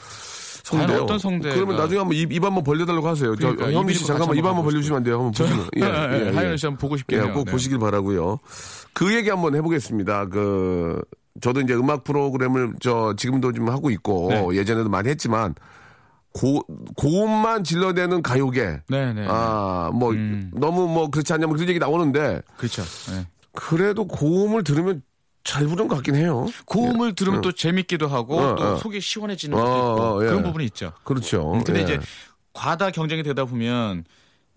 Speaker 1: 성대요?
Speaker 3: 과연 어떤 성대가-
Speaker 1: 그러면 나중에 한번 입, 입 한번 벌려달라고 하세요. 저
Speaker 3: 그러니까
Speaker 1: 현미
Speaker 3: 입
Speaker 1: 씨
Speaker 3: 입을
Speaker 1: 잠깐만
Speaker 3: 같이
Speaker 1: 입 한번
Speaker 3: 한번
Speaker 1: 벌려주시면 안 돼요? 한번 보시면. 예, 예, 예.
Speaker 3: 하현우 씨 한번 보고
Speaker 1: 예,
Speaker 3: 싶긴 해요.
Speaker 1: 꼭
Speaker 3: 네.
Speaker 1: 보시길 바라고요. 그 얘기 한번 해보겠습니다. 그 저도 이제 음악 프로그램을 저 지금도 좀 하고 있고
Speaker 3: 네.
Speaker 1: 예전에도 많이 했지만 고 고음만 질러대는 가요계.
Speaker 3: 네네.
Speaker 1: 아뭐
Speaker 3: 음.
Speaker 1: 너무 뭐 그렇지 않냐면 그런 얘기 나오는데
Speaker 3: 그렇죠.
Speaker 1: 예.
Speaker 3: 네.
Speaker 1: 그래도 고음을 들으면 잘 부른 것 같긴 해요.
Speaker 3: 고음을 들으면 또 재밌기도 하고
Speaker 1: 예. 어,
Speaker 3: 또
Speaker 1: 어.
Speaker 3: 속이 시원해지는
Speaker 1: 어,
Speaker 3: 것도 있고
Speaker 1: 어, 예.
Speaker 3: 그런 부분이 있죠.
Speaker 1: 그렇죠.
Speaker 3: 음, 근데
Speaker 1: 예.
Speaker 3: 이제 과다 경쟁이 되다 보면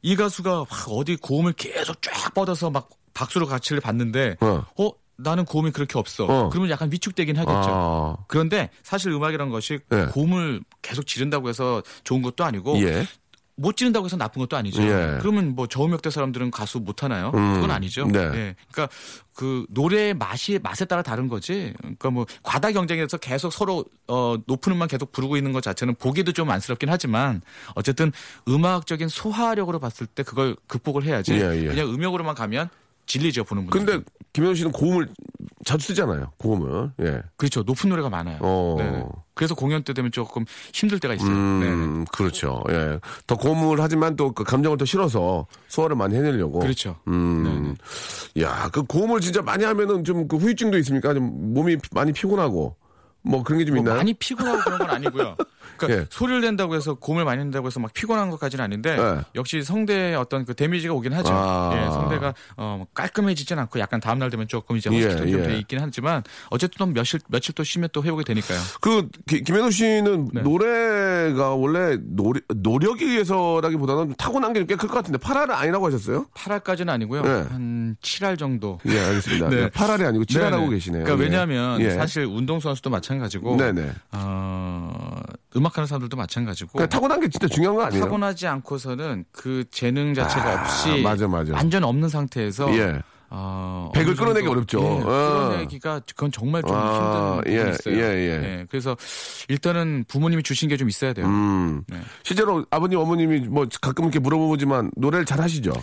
Speaker 3: 이 가수가 막 어디 고음을 계속 쫙 뻗어서 막 박수로 가치를 받는데
Speaker 1: 어.
Speaker 3: 어, 나는 고음이 그렇게 없어.
Speaker 1: 어.
Speaker 3: 그러면 약간 위축되긴 하겠죠.
Speaker 1: 아,
Speaker 3: 그런데 사실 음악이란 것이
Speaker 1: 예.
Speaker 3: 고음을 계속 지른다고 해서 좋은 것도 아니고
Speaker 1: 예.
Speaker 3: 못 지른다고 해서 나쁜 것도 아니죠.
Speaker 1: 예.
Speaker 3: 그러면 뭐 저음역대 사람들은 가수 못 하나요? 그건 아니죠.
Speaker 1: 네.
Speaker 3: 예. 그러니까 그 노래의 맛이 맛에 따라 다른 거지. 그러니까 뭐 과다 경쟁에서 계속 서로 어 높은 음만 계속 부르고 있는 것 자체는 보기도 좀 안쓰럽긴 하지만 어쨌든 음악적인 소화력으로 봤을 때 그걸 극복을 해야지.
Speaker 1: 예, 예.
Speaker 3: 그냥 음역으로만 가면 질리죠 보는 분들.
Speaker 1: 근데 김현우 씨는 고음을 자주 쓰잖아요. 고음을. 예.
Speaker 3: 그렇죠. 높은 노래가 많아요.
Speaker 1: 어.
Speaker 3: 네네. 그래서 공연 때 되면 조금 힘들 때가 있어요. 네네.
Speaker 1: 음, 그렇죠. 예. 더 고음을 하지만 또 그 감정을 더 실어서 소화를 많이 해내려고.
Speaker 3: 그렇죠. 네,
Speaker 1: 음. 야, 그 고음을 진짜 많이 하면은 좀 그 후유증도 있습니까? 좀 몸이 피- 많이 피곤하고 뭐 그런 게 좀
Speaker 3: 뭐
Speaker 1: 있나요?
Speaker 3: 많이 피곤하고 그런 건 아니고요. 그러니까
Speaker 1: 예.
Speaker 3: 소리를 낸다고 해서 고음을 많이 낸다고 해서 막 피곤한 것까지는 아닌데
Speaker 1: 예.
Speaker 3: 역시 성대에 어떤 그 데미지가 오긴 하죠.
Speaker 1: 아.
Speaker 3: 예, 성대가 어뭐 깔끔해지진 않고 약간 다음 날 되면 조금 이제 허스키도
Speaker 1: 예,
Speaker 3: 좀
Speaker 1: 예.
Speaker 3: 돼 있긴 하지만 어쨌든 또 며칠 며칠 또 쉬면 또 회복이 되니까요.
Speaker 1: 그 기- 김현우 씨는
Speaker 3: 네.
Speaker 1: 노래가 원래 노리, 노력에 의해서라기보다는 좀 타고난 게 꽤 클 것 같은데 8화를 아니라고 하셨어요?
Speaker 3: 8할까지는 아니고요.
Speaker 1: 예.
Speaker 3: 한 7할 정도.
Speaker 1: 예, 알겠습니다.
Speaker 3: 네.
Speaker 1: 예, 8화이 아니고 7화라고
Speaker 3: 네네.
Speaker 1: 계시네요.
Speaker 3: 그러니까
Speaker 1: 예.
Speaker 3: 왜냐하면
Speaker 1: 예.
Speaker 3: 사실 뭐 운동선수도 마찬가지고
Speaker 1: 네네.
Speaker 3: 어, 음악하는 사람들도 마찬가지고
Speaker 1: 그러니까 타고난 게 진짜 중요한 거 아니에요?
Speaker 3: 뭐 타고나지 않고서는 그 재능 자체가
Speaker 1: 아,
Speaker 3: 없이
Speaker 1: 맞아, 맞아.
Speaker 3: 완전 없는 상태에서
Speaker 1: 예.
Speaker 3: 어,
Speaker 1: 백을
Speaker 3: 어느 정도-
Speaker 1: 끌어내기 어렵죠.
Speaker 3: 예,
Speaker 1: 어.
Speaker 3: 끌어내기가 그건 정말 좀
Speaker 1: 아,
Speaker 3: 힘든
Speaker 1: 예,
Speaker 3: 부분이 있어요.
Speaker 1: 예, 예.
Speaker 3: 그래서 일단은 부모님이 주신 게 좀 있어야 돼요.
Speaker 1: 음.
Speaker 3: 네.
Speaker 1: 실제로 아버님, 어머님이 뭐 가끔 이렇게 물어보지만 노래를 잘 하시죠?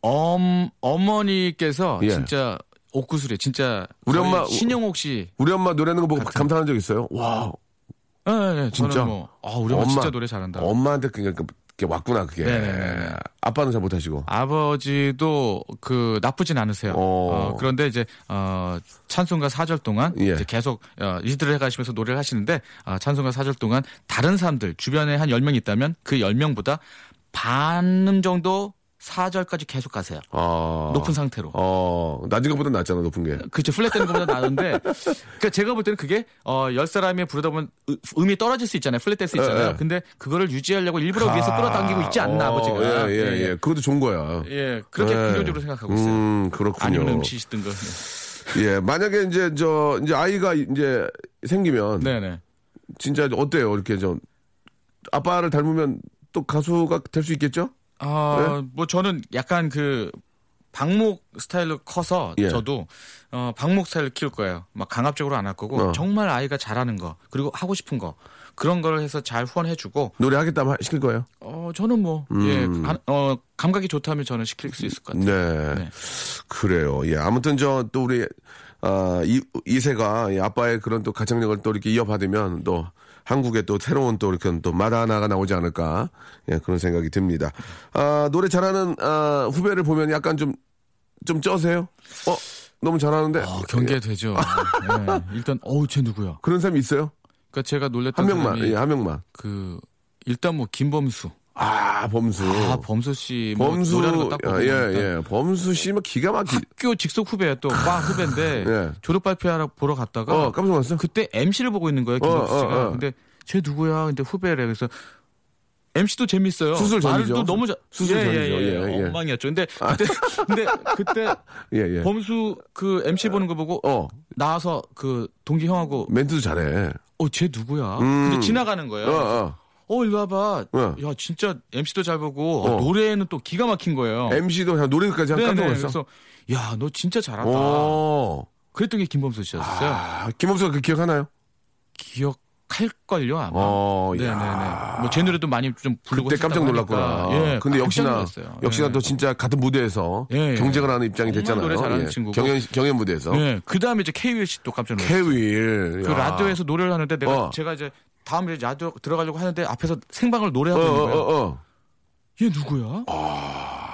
Speaker 3: 엄 어머니께서
Speaker 1: 예.
Speaker 3: 진짜 옥구슬에 진짜
Speaker 1: 우리
Speaker 3: 거의
Speaker 1: 엄마-
Speaker 3: 신영옥 씨,
Speaker 1: 우리 엄마 노래하는 거 보고
Speaker 3: 같은- 뭐,
Speaker 1: 감탄한 적 있어요? 와,
Speaker 3: 예, 예,
Speaker 1: 진짜?
Speaker 3: 저는 뭐 아, 우리 엄마, 아, 진짜 노래 잘한다.
Speaker 1: 엄마한테 그냥 그 그게 왔구나 그게.
Speaker 3: 네네네.
Speaker 1: 아빠는 잘 못하시고.
Speaker 3: 아버지도 그 나쁘진 않으세요.
Speaker 1: 어.
Speaker 3: 어, 그런데 이제 어, 찬송가 사절 동안
Speaker 1: 예.
Speaker 3: 이제 계속 어, 이들을 해가시면서 노래를 하시는데 아, 찬송가 사절 동안 다른 사람들 주변에 한 10명 있다면 그 10명보다 반음 정도 사절까지 계속 가세요.
Speaker 1: 어.
Speaker 3: 높은 상태로.
Speaker 1: 어 낮은 것보다 낫잖아 높은 게.
Speaker 3: 그쵸 플랫 되는 것보다 나은데 그러니까 제가 볼 때는 그게 어, 열 사람이 부르다 보면 음- 음이 떨어질 수 있잖아요 플랫 될 수 있잖아요
Speaker 1: 예, 예.
Speaker 3: 근데 그거를 유지하려고 일부러 위에서 끌어당기고 있지 않나
Speaker 1: 어,
Speaker 3: 아버지가
Speaker 1: 예, 예, 예. 그것도 좋은 거야.
Speaker 3: 예, 그렇게
Speaker 1: 예.
Speaker 3: 긍정적으로 생각하고 있어요
Speaker 1: 음, 그렇군요.
Speaker 3: 아니면 음치시든가
Speaker 1: 예, 만약에 이제 저 이제 아이가 이제 생기면
Speaker 3: 네네
Speaker 1: 진짜 어때요? 이렇게 좀 아빠를 닮으면 또 가수가 될 수 있겠죠?
Speaker 3: 아,
Speaker 1: 네?
Speaker 3: 뭐 저는 약간 그 방목 스타일로 커서
Speaker 1: 예.
Speaker 3: 저도 어, 방목 스타일로 키울 거예요. 막 강압적으로 안 할 거고
Speaker 1: 어.
Speaker 3: 정말 아이가 잘하는 거 그리고 하고 싶은 거 그런 걸 해서 잘 후원해주고
Speaker 1: 노래하겠다면 하- 시킬 거예요.
Speaker 3: 어 저는 뭐
Speaker 1: 음.
Speaker 3: 예, 한- 어, 감각이 좋다면 저는 시킬 수 있을 것
Speaker 1: 네.
Speaker 3: 같아요. 네.
Speaker 1: 그래요. 예. 아무튼 저 또 우리 아, 이 이세가 이 아빠의 그런 또 가창력을 또 이렇게 이어받으면 또 한국에 또 새로운 또 이렇게 또 마다 하나가 나오지 않을까 예, 그런 생각이 듭니다. 아, 노래 잘하는 아, 후배를 보면 약간 좀 좀 쩌세요. 어, 너무 잘하는데
Speaker 3: 어, 경계 되죠. 예, 일단 어우 쟤 누구야?
Speaker 1: 그런 사람이 있어요?
Speaker 3: 그러니까 제가
Speaker 1: 한
Speaker 3: 놀랬던
Speaker 1: 명만,
Speaker 3: 사람이
Speaker 1: 예, 한 명만.
Speaker 3: 그 일단 뭐 김범수,
Speaker 1: 아, 범수.
Speaker 3: 아 범수 씨뭐
Speaker 1: 범수.
Speaker 3: 노래하는 거딱 보고
Speaker 1: 아, 예,
Speaker 3: 일단
Speaker 1: 예. 범수 씨면 기가 막히.
Speaker 3: 학교 직속 후배야 또 과 후배인데
Speaker 1: 예.
Speaker 3: 졸업 발표하러 보러 갔다가
Speaker 1: 어, 깜짝 놀랐어?
Speaker 3: 아, 그때 MC를 보고 있는 거예요 김범수
Speaker 1: 어, 어,
Speaker 3: 씨가
Speaker 1: 어.
Speaker 3: 근데 쟤 누구야 근데 후배래 그래서 MC도 재밌어요
Speaker 1: 수술 전이죠.
Speaker 3: 말도 너무 잘
Speaker 1: 수술
Speaker 3: 예,
Speaker 1: 전이죠.
Speaker 3: 예,
Speaker 1: 예,
Speaker 3: 예,
Speaker 1: 예.
Speaker 3: 엉망이었죠 근데 그때 근데 그때
Speaker 1: 예, 예.
Speaker 3: 범수 그 MC 보는 거 보고
Speaker 1: 어,
Speaker 3: 나와서 그 동기 형하고
Speaker 1: 멘트도 잘해.
Speaker 3: 어 쟤 누구야
Speaker 1: 음.
Speaker 3: 근데 지나가는
Speaker 1: 어,
Speaker 3: 거예요
Speaker 1: 어.
Speaker 3: 어 일로 와봐
Speaker 1: 어.
Speaker 3: 야 진짜 MC도 잘 보고 어,
Speaker 1: 어.
Speaker 3: 노래는 또 기가 막힌 거예요
Speaker 1: MC도 그냥 노래까지 한
Speaker 3: 어. 네,
Speaker 1: 깜짝
Speaker 3: 네.
Speaker 1: 놀랐어.
Speaker 3: 그래서 야 너 진짜 잘한다
Speaker 1: 오.
Speaker 3: 그랬던 게 김범수 씨였어요.
Speaker 1: 아, 김범수가 그 기억하나요?
Speaker 3: 기억할 걸요 아마.
Speaker 1: 어,
Speaker 3: 네네네.
Speaker 1: 야.
Speaker 3: 뭐제 노래도 많이 좀 부르고.
Speaker 1: 그때 깜짝
Speaker 3: 했었다고
Speaker 1: 놀랐구나. 어,
Speaker 3: 하니까. 예,
Speaker 1: 근데
Speaker 3: 깜짝
Speaker 1: 역시나,
Speaker 3: 놀랐어요.
Speaker 1: 역시나
Speaker 3: 예.
Speaker 1: 또 진짜 같은 무대에서
Speaker 3: 예, 예.
Speaker 1: 경쟁을 하는 입장이
Speaker 3: 정말
Speaker 1: 됐잖아요. 예.
Speaker 3: 노래 잘하는 친구고.
Speaker 1: 경연, 경연 무대에서.
Speaker 3: 네. 그 다음에 이제 케이윌 씨도 깜짝 놀랐어요.
Speaker 1: 케윌.
Speaker 3: 그 라디오에서 노래를 하는데 내가
Speaker 1: 어.
Speaker 3: 제가 이제 다음 이제 라디오 들어가려고 하는데 앞에서 생방을
Speaker 1: 어,
Speaker 3: 노래하고 있는
Speaker 1: 어,
Speaker 3: 거예요.
Speaker 1: 어,
Speaker 3: 얘 누구야?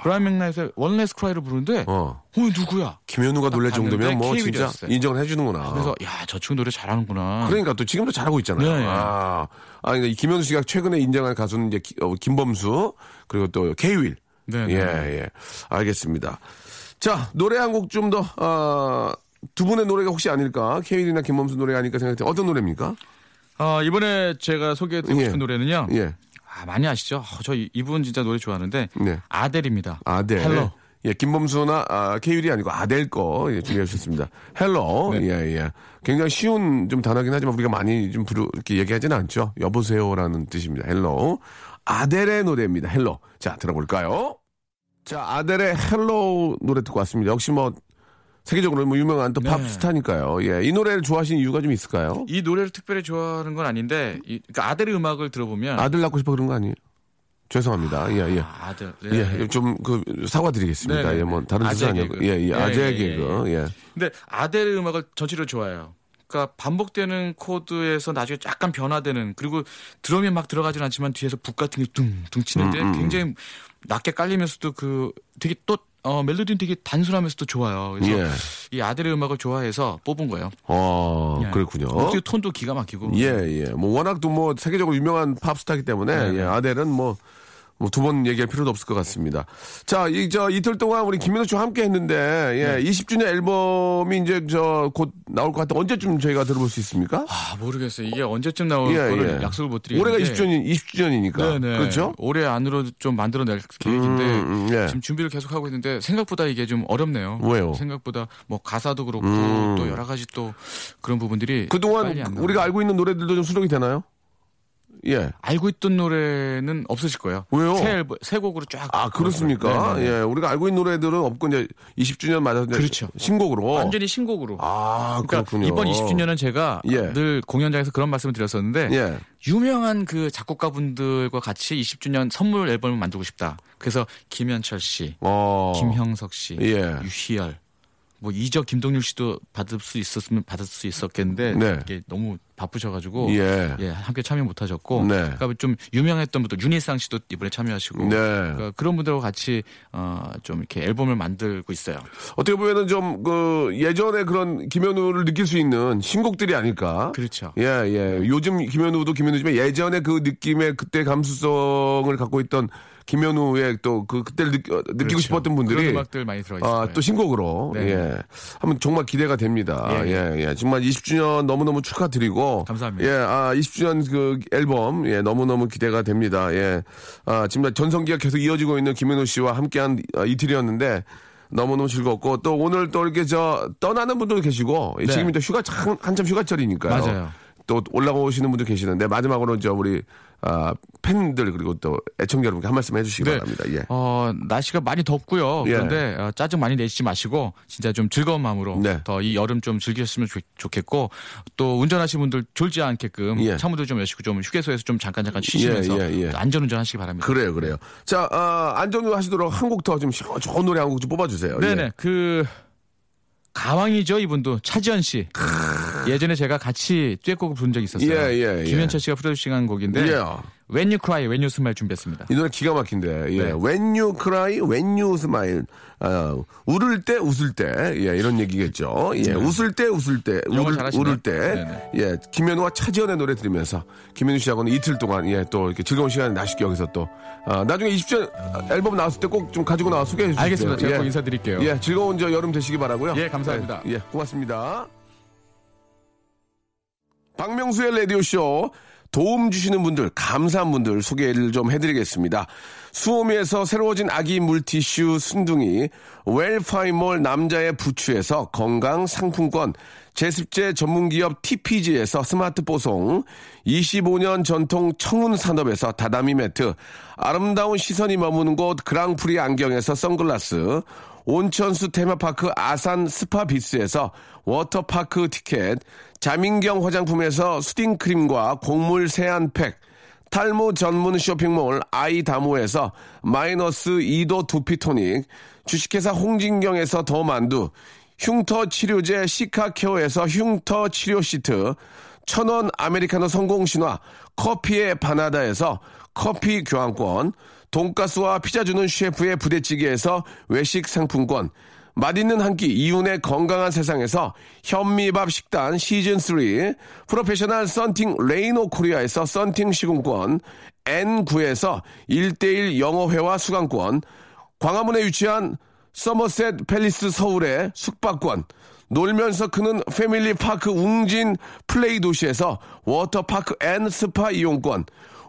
Speaker 3: 브라이언 맥나이트의 원레스 크라이를 부르는데
Speaker 1: 어. 어.
Speaker 3: 어, 얘 누구야?
Speaker 1: 김현우가
Speaker 3: 딱
Speaker 1: 놀랄
Speaker 3: 봤는데
Speaker 1: 정도면 뭐
Speaker 3: 케이윌
Speaker 1: 진짜
Speaker 3: 이었어요.
Speaker 1: 인정을 해주는구나.
Speaker 3: 그래서 야 저 친구 노래 잘하는구나.
Speaker 1: 그러니까 또 지금도 잘하고 있잖아요.
Speaker 3: 네.
Speaker 1: 아, 아 그러니까 이 김현수 씨가 최근에 인정한 가수는 이제 기- 어, 김범수 그리고 또 케이윌.
Speaker 3: 네, 네.
Speaker 1: 예, 예. 알겠습니다. 자, 노래 한 곡 좀 더, 아, 두 분의 노래가 혹시 아닐까? 케이윌이나 김범수 노래 아닐까 생각해요. 어떤 노래입니까?
Speaker 3: 아, 이번에 제가 소개해드리고
Speaker 1: 예.
Speaker 3: 싶은 노래는요.
Speaker 1: 예.
Speaker 3: 아, 많이 아시죠? 아, 저 이- 이분 진짜 노래 좋아하는데
Speaker 1: 네.
Speaker 3: 아델입니다.
Speaker 1: 아델.
Speaker 3: 헬로.
Speaker 1: 예, 김범수나 아, 케이윌이 아니고 아델 거 예, 준비해 주셨습니다. 헬로.
Speaker 3: 네.
Speaker 1: 예, 예. 굉장히 쉬운 좀 단어긴 하지만 우리가 많이 좀 부르 이렇게 얘기하지는 않죠. 여보세요라는 뜻입니다. 헬로. 아델의 노래입니다. 헬로. 자, 들어볼까요? 자, 아델의 헬로 노래 듣고 왔습니다. 역시 뭐 세계적으로 뭐 유명한 또
Speaker 3: 네.
Speaker 1: 팝스타니까요. 예, 이 노래를 좋아하시는 이유가 좀 있을까요?
Speaker 3: 이 노래를 특별히 좋아하는 건 아닌데 이, 그러니까 아델의 음악을 들어보면
Speaker 1: 아들 낳고 싶어 그런 거 아니에요? 죄송합니다. 예, 예.
Speaker 3: 아, 들
Speaker 1: 예, 좀 그 사과드리겠습니다.
Speaker 3: 네네네.
Speaker 1: 예, 뭐 다른
Speaker 3: 아재
Speaker 1: 뜻이 아니고,
Speaker 3: 개그.
Speaker 1: 예, 예,
Speaker 3: 예,
Speaker 1: 아재
Speaker 3: 예,
Speaker 1: 개그, 예,
Speaker 3: 근데 아델의 음악을 전체로 좋아해요. 그러니까 반복되는 코드에서 나중에 약간 변화되는 그리고 드럼이 막 들어가진 않지만 뒤에서 북 같은 게 둥둥 치는데
Speaker 1: 음,
Speaker 3: 굉장히 낮게 깔리면서도 그 되게 또 어, 멜로디는 되게 단순하면서도 좋아요. 그래서
Speaker 1: 예.
Speaker 3: 이 아델의 음악을 좋아해서 뽑은 거예요.
Speaker 1: 어,
Speaker 3: 예.
Speaker 1: 그렇군요.
Speaker 3: 어떻게 톤도 기가 막히고.
Speaker 1: 예, 예, 뭐 워낙 또 뭐 세계적으로 유명한 팝스타기 때문에
Speaker 3: 네.
Speaker 1: 예, 아델은 뭐. 뭐 두 번 얘기할 필요도 없을 것 같습니다. 자, 이 저 이틀 동안 우리 김민호 씨와 함께 했는데 예,
Speaker 3: 네.
Speaker 1: 20주년 앨범이 이제 저 곧 나올 것 같아. 언제쯤 저희가 들어볼 수 있습니까?
Speaker 3: 아 모르겠어요. 이게 언제쯤 나올
Speaker 1: 예,
Speaker 3: 거를
Speaker 1: 예.
Speaker 3: 약속을 못 드리는데.
Speaker 1: 올해가 20주년 20주년이니까.
Speaker 3: 네네. 네,
Speaker 1: 그렇죠?
Speaker 3: 올해 안으로 좀 만들어낼 계획인데
Speaker 1: 음, 음, 예.
Speaker 3: 지금 준비를 계속 하고 있는데 생각보다 이게 좀 어렵네요.
Speaker 1: 왜요?
Speaker 3: 생각보다 뭐 가사도 그렇고
Speaker 1: 음.
Speaker 3: 또 여러 가지 또 그런 부분들이
Speaker 1: 그동안
Speaker 3: 빨리 안 나와요.
Speaker 1: 우리가 알고 있는 노래들도 좀 수록이 되나요? 예.
Speaker 3: 알고 있던 노래는 없으실 거예요.
Speaker 1: 왜요?
Speaker 3: 새, 앨범, 새 곡으로 쫙.
Speaker 1: 아 그렇습니까?
Speaker 3: 네, 네, 네.
Speaker 1: 예, 우리가 알고 있는 노래들은 없고 이제 20주년 맞아서 이제
Speaker 3: 그렇죠.
Speaker 1: 신곡으로.
Speaker 3: 완전히 신곡으로.
Speaker 1: 아
Speaker 3: 그러니까
Speaker 1: 그렇군요.
Speaker 3: 이번 20주년은 제가
Speaker 1: 예.
Speaker 3: 늘 공연장에서 그런 말씀을 드렸었는데
Speaker 1: 예.
Speaker 3: 유명한 그 작곡가분들과 같이 20주년 선물 앨범을 만들고 싶다. 그래서 김현철 씨,
Speaker 1: 어.
Speaker 3: 김형석 씨,
Speaker 1: 예.
Speaker 3: 유희열, 뭐 이적 김동률 씨도 받을 수 있었으면 받을 수 있었겠는데
Speaker 1: 네.
Speaker 3: 이게 너무 바쁘셔가지고
Speaker 1: 예.
Speaker 3: 함께 참여 못하셨고
Speaker 1: 네.
Speaker 3: 그러니까 좀 유명했던 분들 윤일상 씨도 이번에 참여하시고
Speaker 1: 네.
Speaker 3: 그러니까 그런 분들하고 같이 어, 좀 이렇게 앨범을 만들고 있어요.
Speaker 1: 어떻게 보면은 좀 그 예전에 그런 김현우를 느낄 수 있는 신곡들이 아닐까.
Speaker 3: 그렇죠.
Speaker 1: 예, 예. 요즘 김현우도 김현우지만 예전에 그 느낌의 그때 감수성을 갖고 있던 김현우의 또 그 그때를 느끼, 고
Speaker 3: 그렇죠.
Speaker 1: 싶었던 분들이
Speaker 3: 그런 음악들 많이 들어있을
Speaker 1: 아,
Speaker 3: 거예요.
Speaker 1: 또 신곡으로
Speaker 3: 네.
Speaker 1: 예. 한번 정말 기대가 됩니다.
Speaker 3: 예,
Speaker 1: 예, 예. 정말 20주년 너무너무 축하드리고
Speaker 3: 감사합니다.
Speaker 1: 예, 아, 20주년 그 앨범 예, 너무너무 기대가 됩니다. 예. 아, 지금 전성기가 계속 이어지고 있는 김현우 씨와 함께한 아, 이틀이었는데 너무너무 즐겁고 또 오늘 또 이렇게 저 떠나는 분들도 계시고
Speaker 3: 네.
Speaker 1: 지금 이제 휴가 참, 한참 휴가철이니까요.
Speaker 3: 맞아요.
Speaker 1: 또 올라오시는 분도 계시는데 마지막으로 저 우리 아, 팬들 그리고 또 애청자 여러분께 한 말씀 해주시기 바랍니다. 예.
Speaker 3: 네. 어, 날씨가 많이 덥고요.
Speaker 1: 예.
Speaker 3: 그런데 어, 짜증 많이 내시지 마시고 진짜 좀 즐거운 마음으로
Speaker 1: 네.
Speaker 3: 더 이 여름 좀 즐기셨으면 좋, 겠고또 운전하시는 분들 졸지 않게끔
Speaker 1: 예.
Speaker 3: 차문도 좀 여시고 좀 휴게소에서 좀 잠깐 잠깐 쉬시면서
Speaker 1: 예, 예, 예.
Speaker 3: 안전 운전하시기 바랍니다.
Speaker 1: 그래요, 그래요. 자, 아, 안전하시도록 한 곡 더 좀 좋은 노래 한 곡 좀 뽑아주세요.
Speaker 3: 네네
Speaker 1: 예.
Speaker 3: 그 가왕이죠 이분도 차지현 씨 예전에 제가 같이 듀엣곡을 부른 적이 있었어요.
Speaker 1: 예, 예, 예.
Speaker 3: 김현철 씨가 프로듀싱 한 곡인데
Speaker 1: 예.
Speaker 3: When You Cry, When You Smile 준비했습니다.
Speaker 1: 이 노래 기가 막힌데, 예.
Speaker 3: 네.
Speaker 1: When you cry, when you smile. 아, 울을 때, 웃을 때. 예, 이런 얘기겠죠. 예, 웃을 때, 웃을 때.
Speaker 3: 네. 영어
Speaker 1: 울,
Speaker 3: 잘하시네.
Speaker 1: 울을 때.
Speaker 3: 네네.
Speaker 1: 예, 김현우와 차지연의 노래 들으면서 김현우 씨하고는 이틀 동안, 예, 또 이렇게 즐거운 시간 나시게 여기서 또. 아, 나중에 20주년 앨범 나왔을 때 꼭 좀 가지고 나와 소개해 주세요.
Speaker 3: 알겠습니다. 제가 꼭 인사드릴게요.
Speaker 1: 예, 즐거운 저 여름 되시기 바라고요.
Speaker 3: 예, 감사합니다.
Speaker 1: 예, 예, 고맙습니다. 박명수의 라디오쇼 도움 주시는 분들, 감사한 분들 소개를 좀 해드리겠습니다. 수오미에서 새로워진 아기 물티슈 순둥이, 웰파이몰 남자의 부추에서 건강 상품권, 제습제 전문기업 TPG에서 스마트 보송, 25년 전통 청운산업에서 다다미 매트, 아름다운 시선이 머무는 곳 그랑프리 안경에서 선글라스, 온천수 테마파크 아산 스파비스에서 워터파크 티켓, 자민경 화장품에서 수딩크림과 곡물 세안팩, 탈모 전문 쇼핑몰 아이다모에서 마이너스 2도 두피토닉, 주식회사 홍진경에서 더 만두, 흉터 치료제 시카케어에서 흉터 치료 시트, 천원 아메리카노 성공 신화 커피의 바나다에서 커피 교환권, 돈가스와 피자 주는 셰프의 부대찌개에서 외식 상품권, 맛있는 한 끼 이윤의 건강한 세상에서 현미밥 식단 시즌 3 프로페셔널 썬팅 레이노 코리아에서 썬팅 시공권 N9에서 1대1 영어회화 수강권 광화문에 위치한 서머셋 팰리스 서울의 숙박권, 놀면서 크는 패밀리 파크 웅진 플레이 도시에서 워터파크 앤 스파 이용권,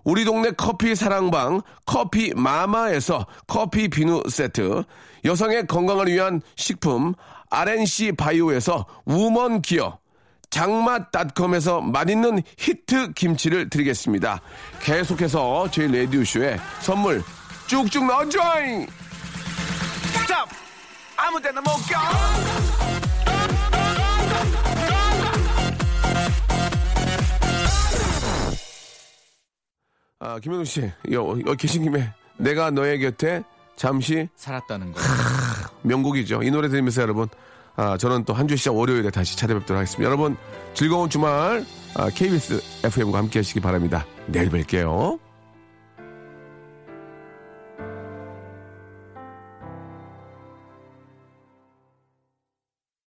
Speaker 1: 우리 동네 커피 사랑방 커피 마마에서 커피 비누 세트, 여성의 건강을 위한 식품 RNC 바이오에서 우먼 기어, 장맛닷컴에서 맛있는 히트 김치를 드리겠습니다. 계속해서 저희 레디오쇼에 선물 쭉쭉 넣어줘잉!
Speaker 4: 스탑! 아무 데나 못 가!
Speaker 1: 아, 김현우 씨, 여, 여 계신 김에 내가 너의 곁에 잠시
Speaker 3: 살았다는 거.
Speaker 1: 명곡이죠. 이 노래 들으면서 여러분, 아, 저는 또 한 주 시작 월요일에 다시 찾아뵙도록 하겠습니다. 여러분, 즐거운 주말, 아, KBS FM과 함께 하시기 바랍니다. 내일 뵐게요.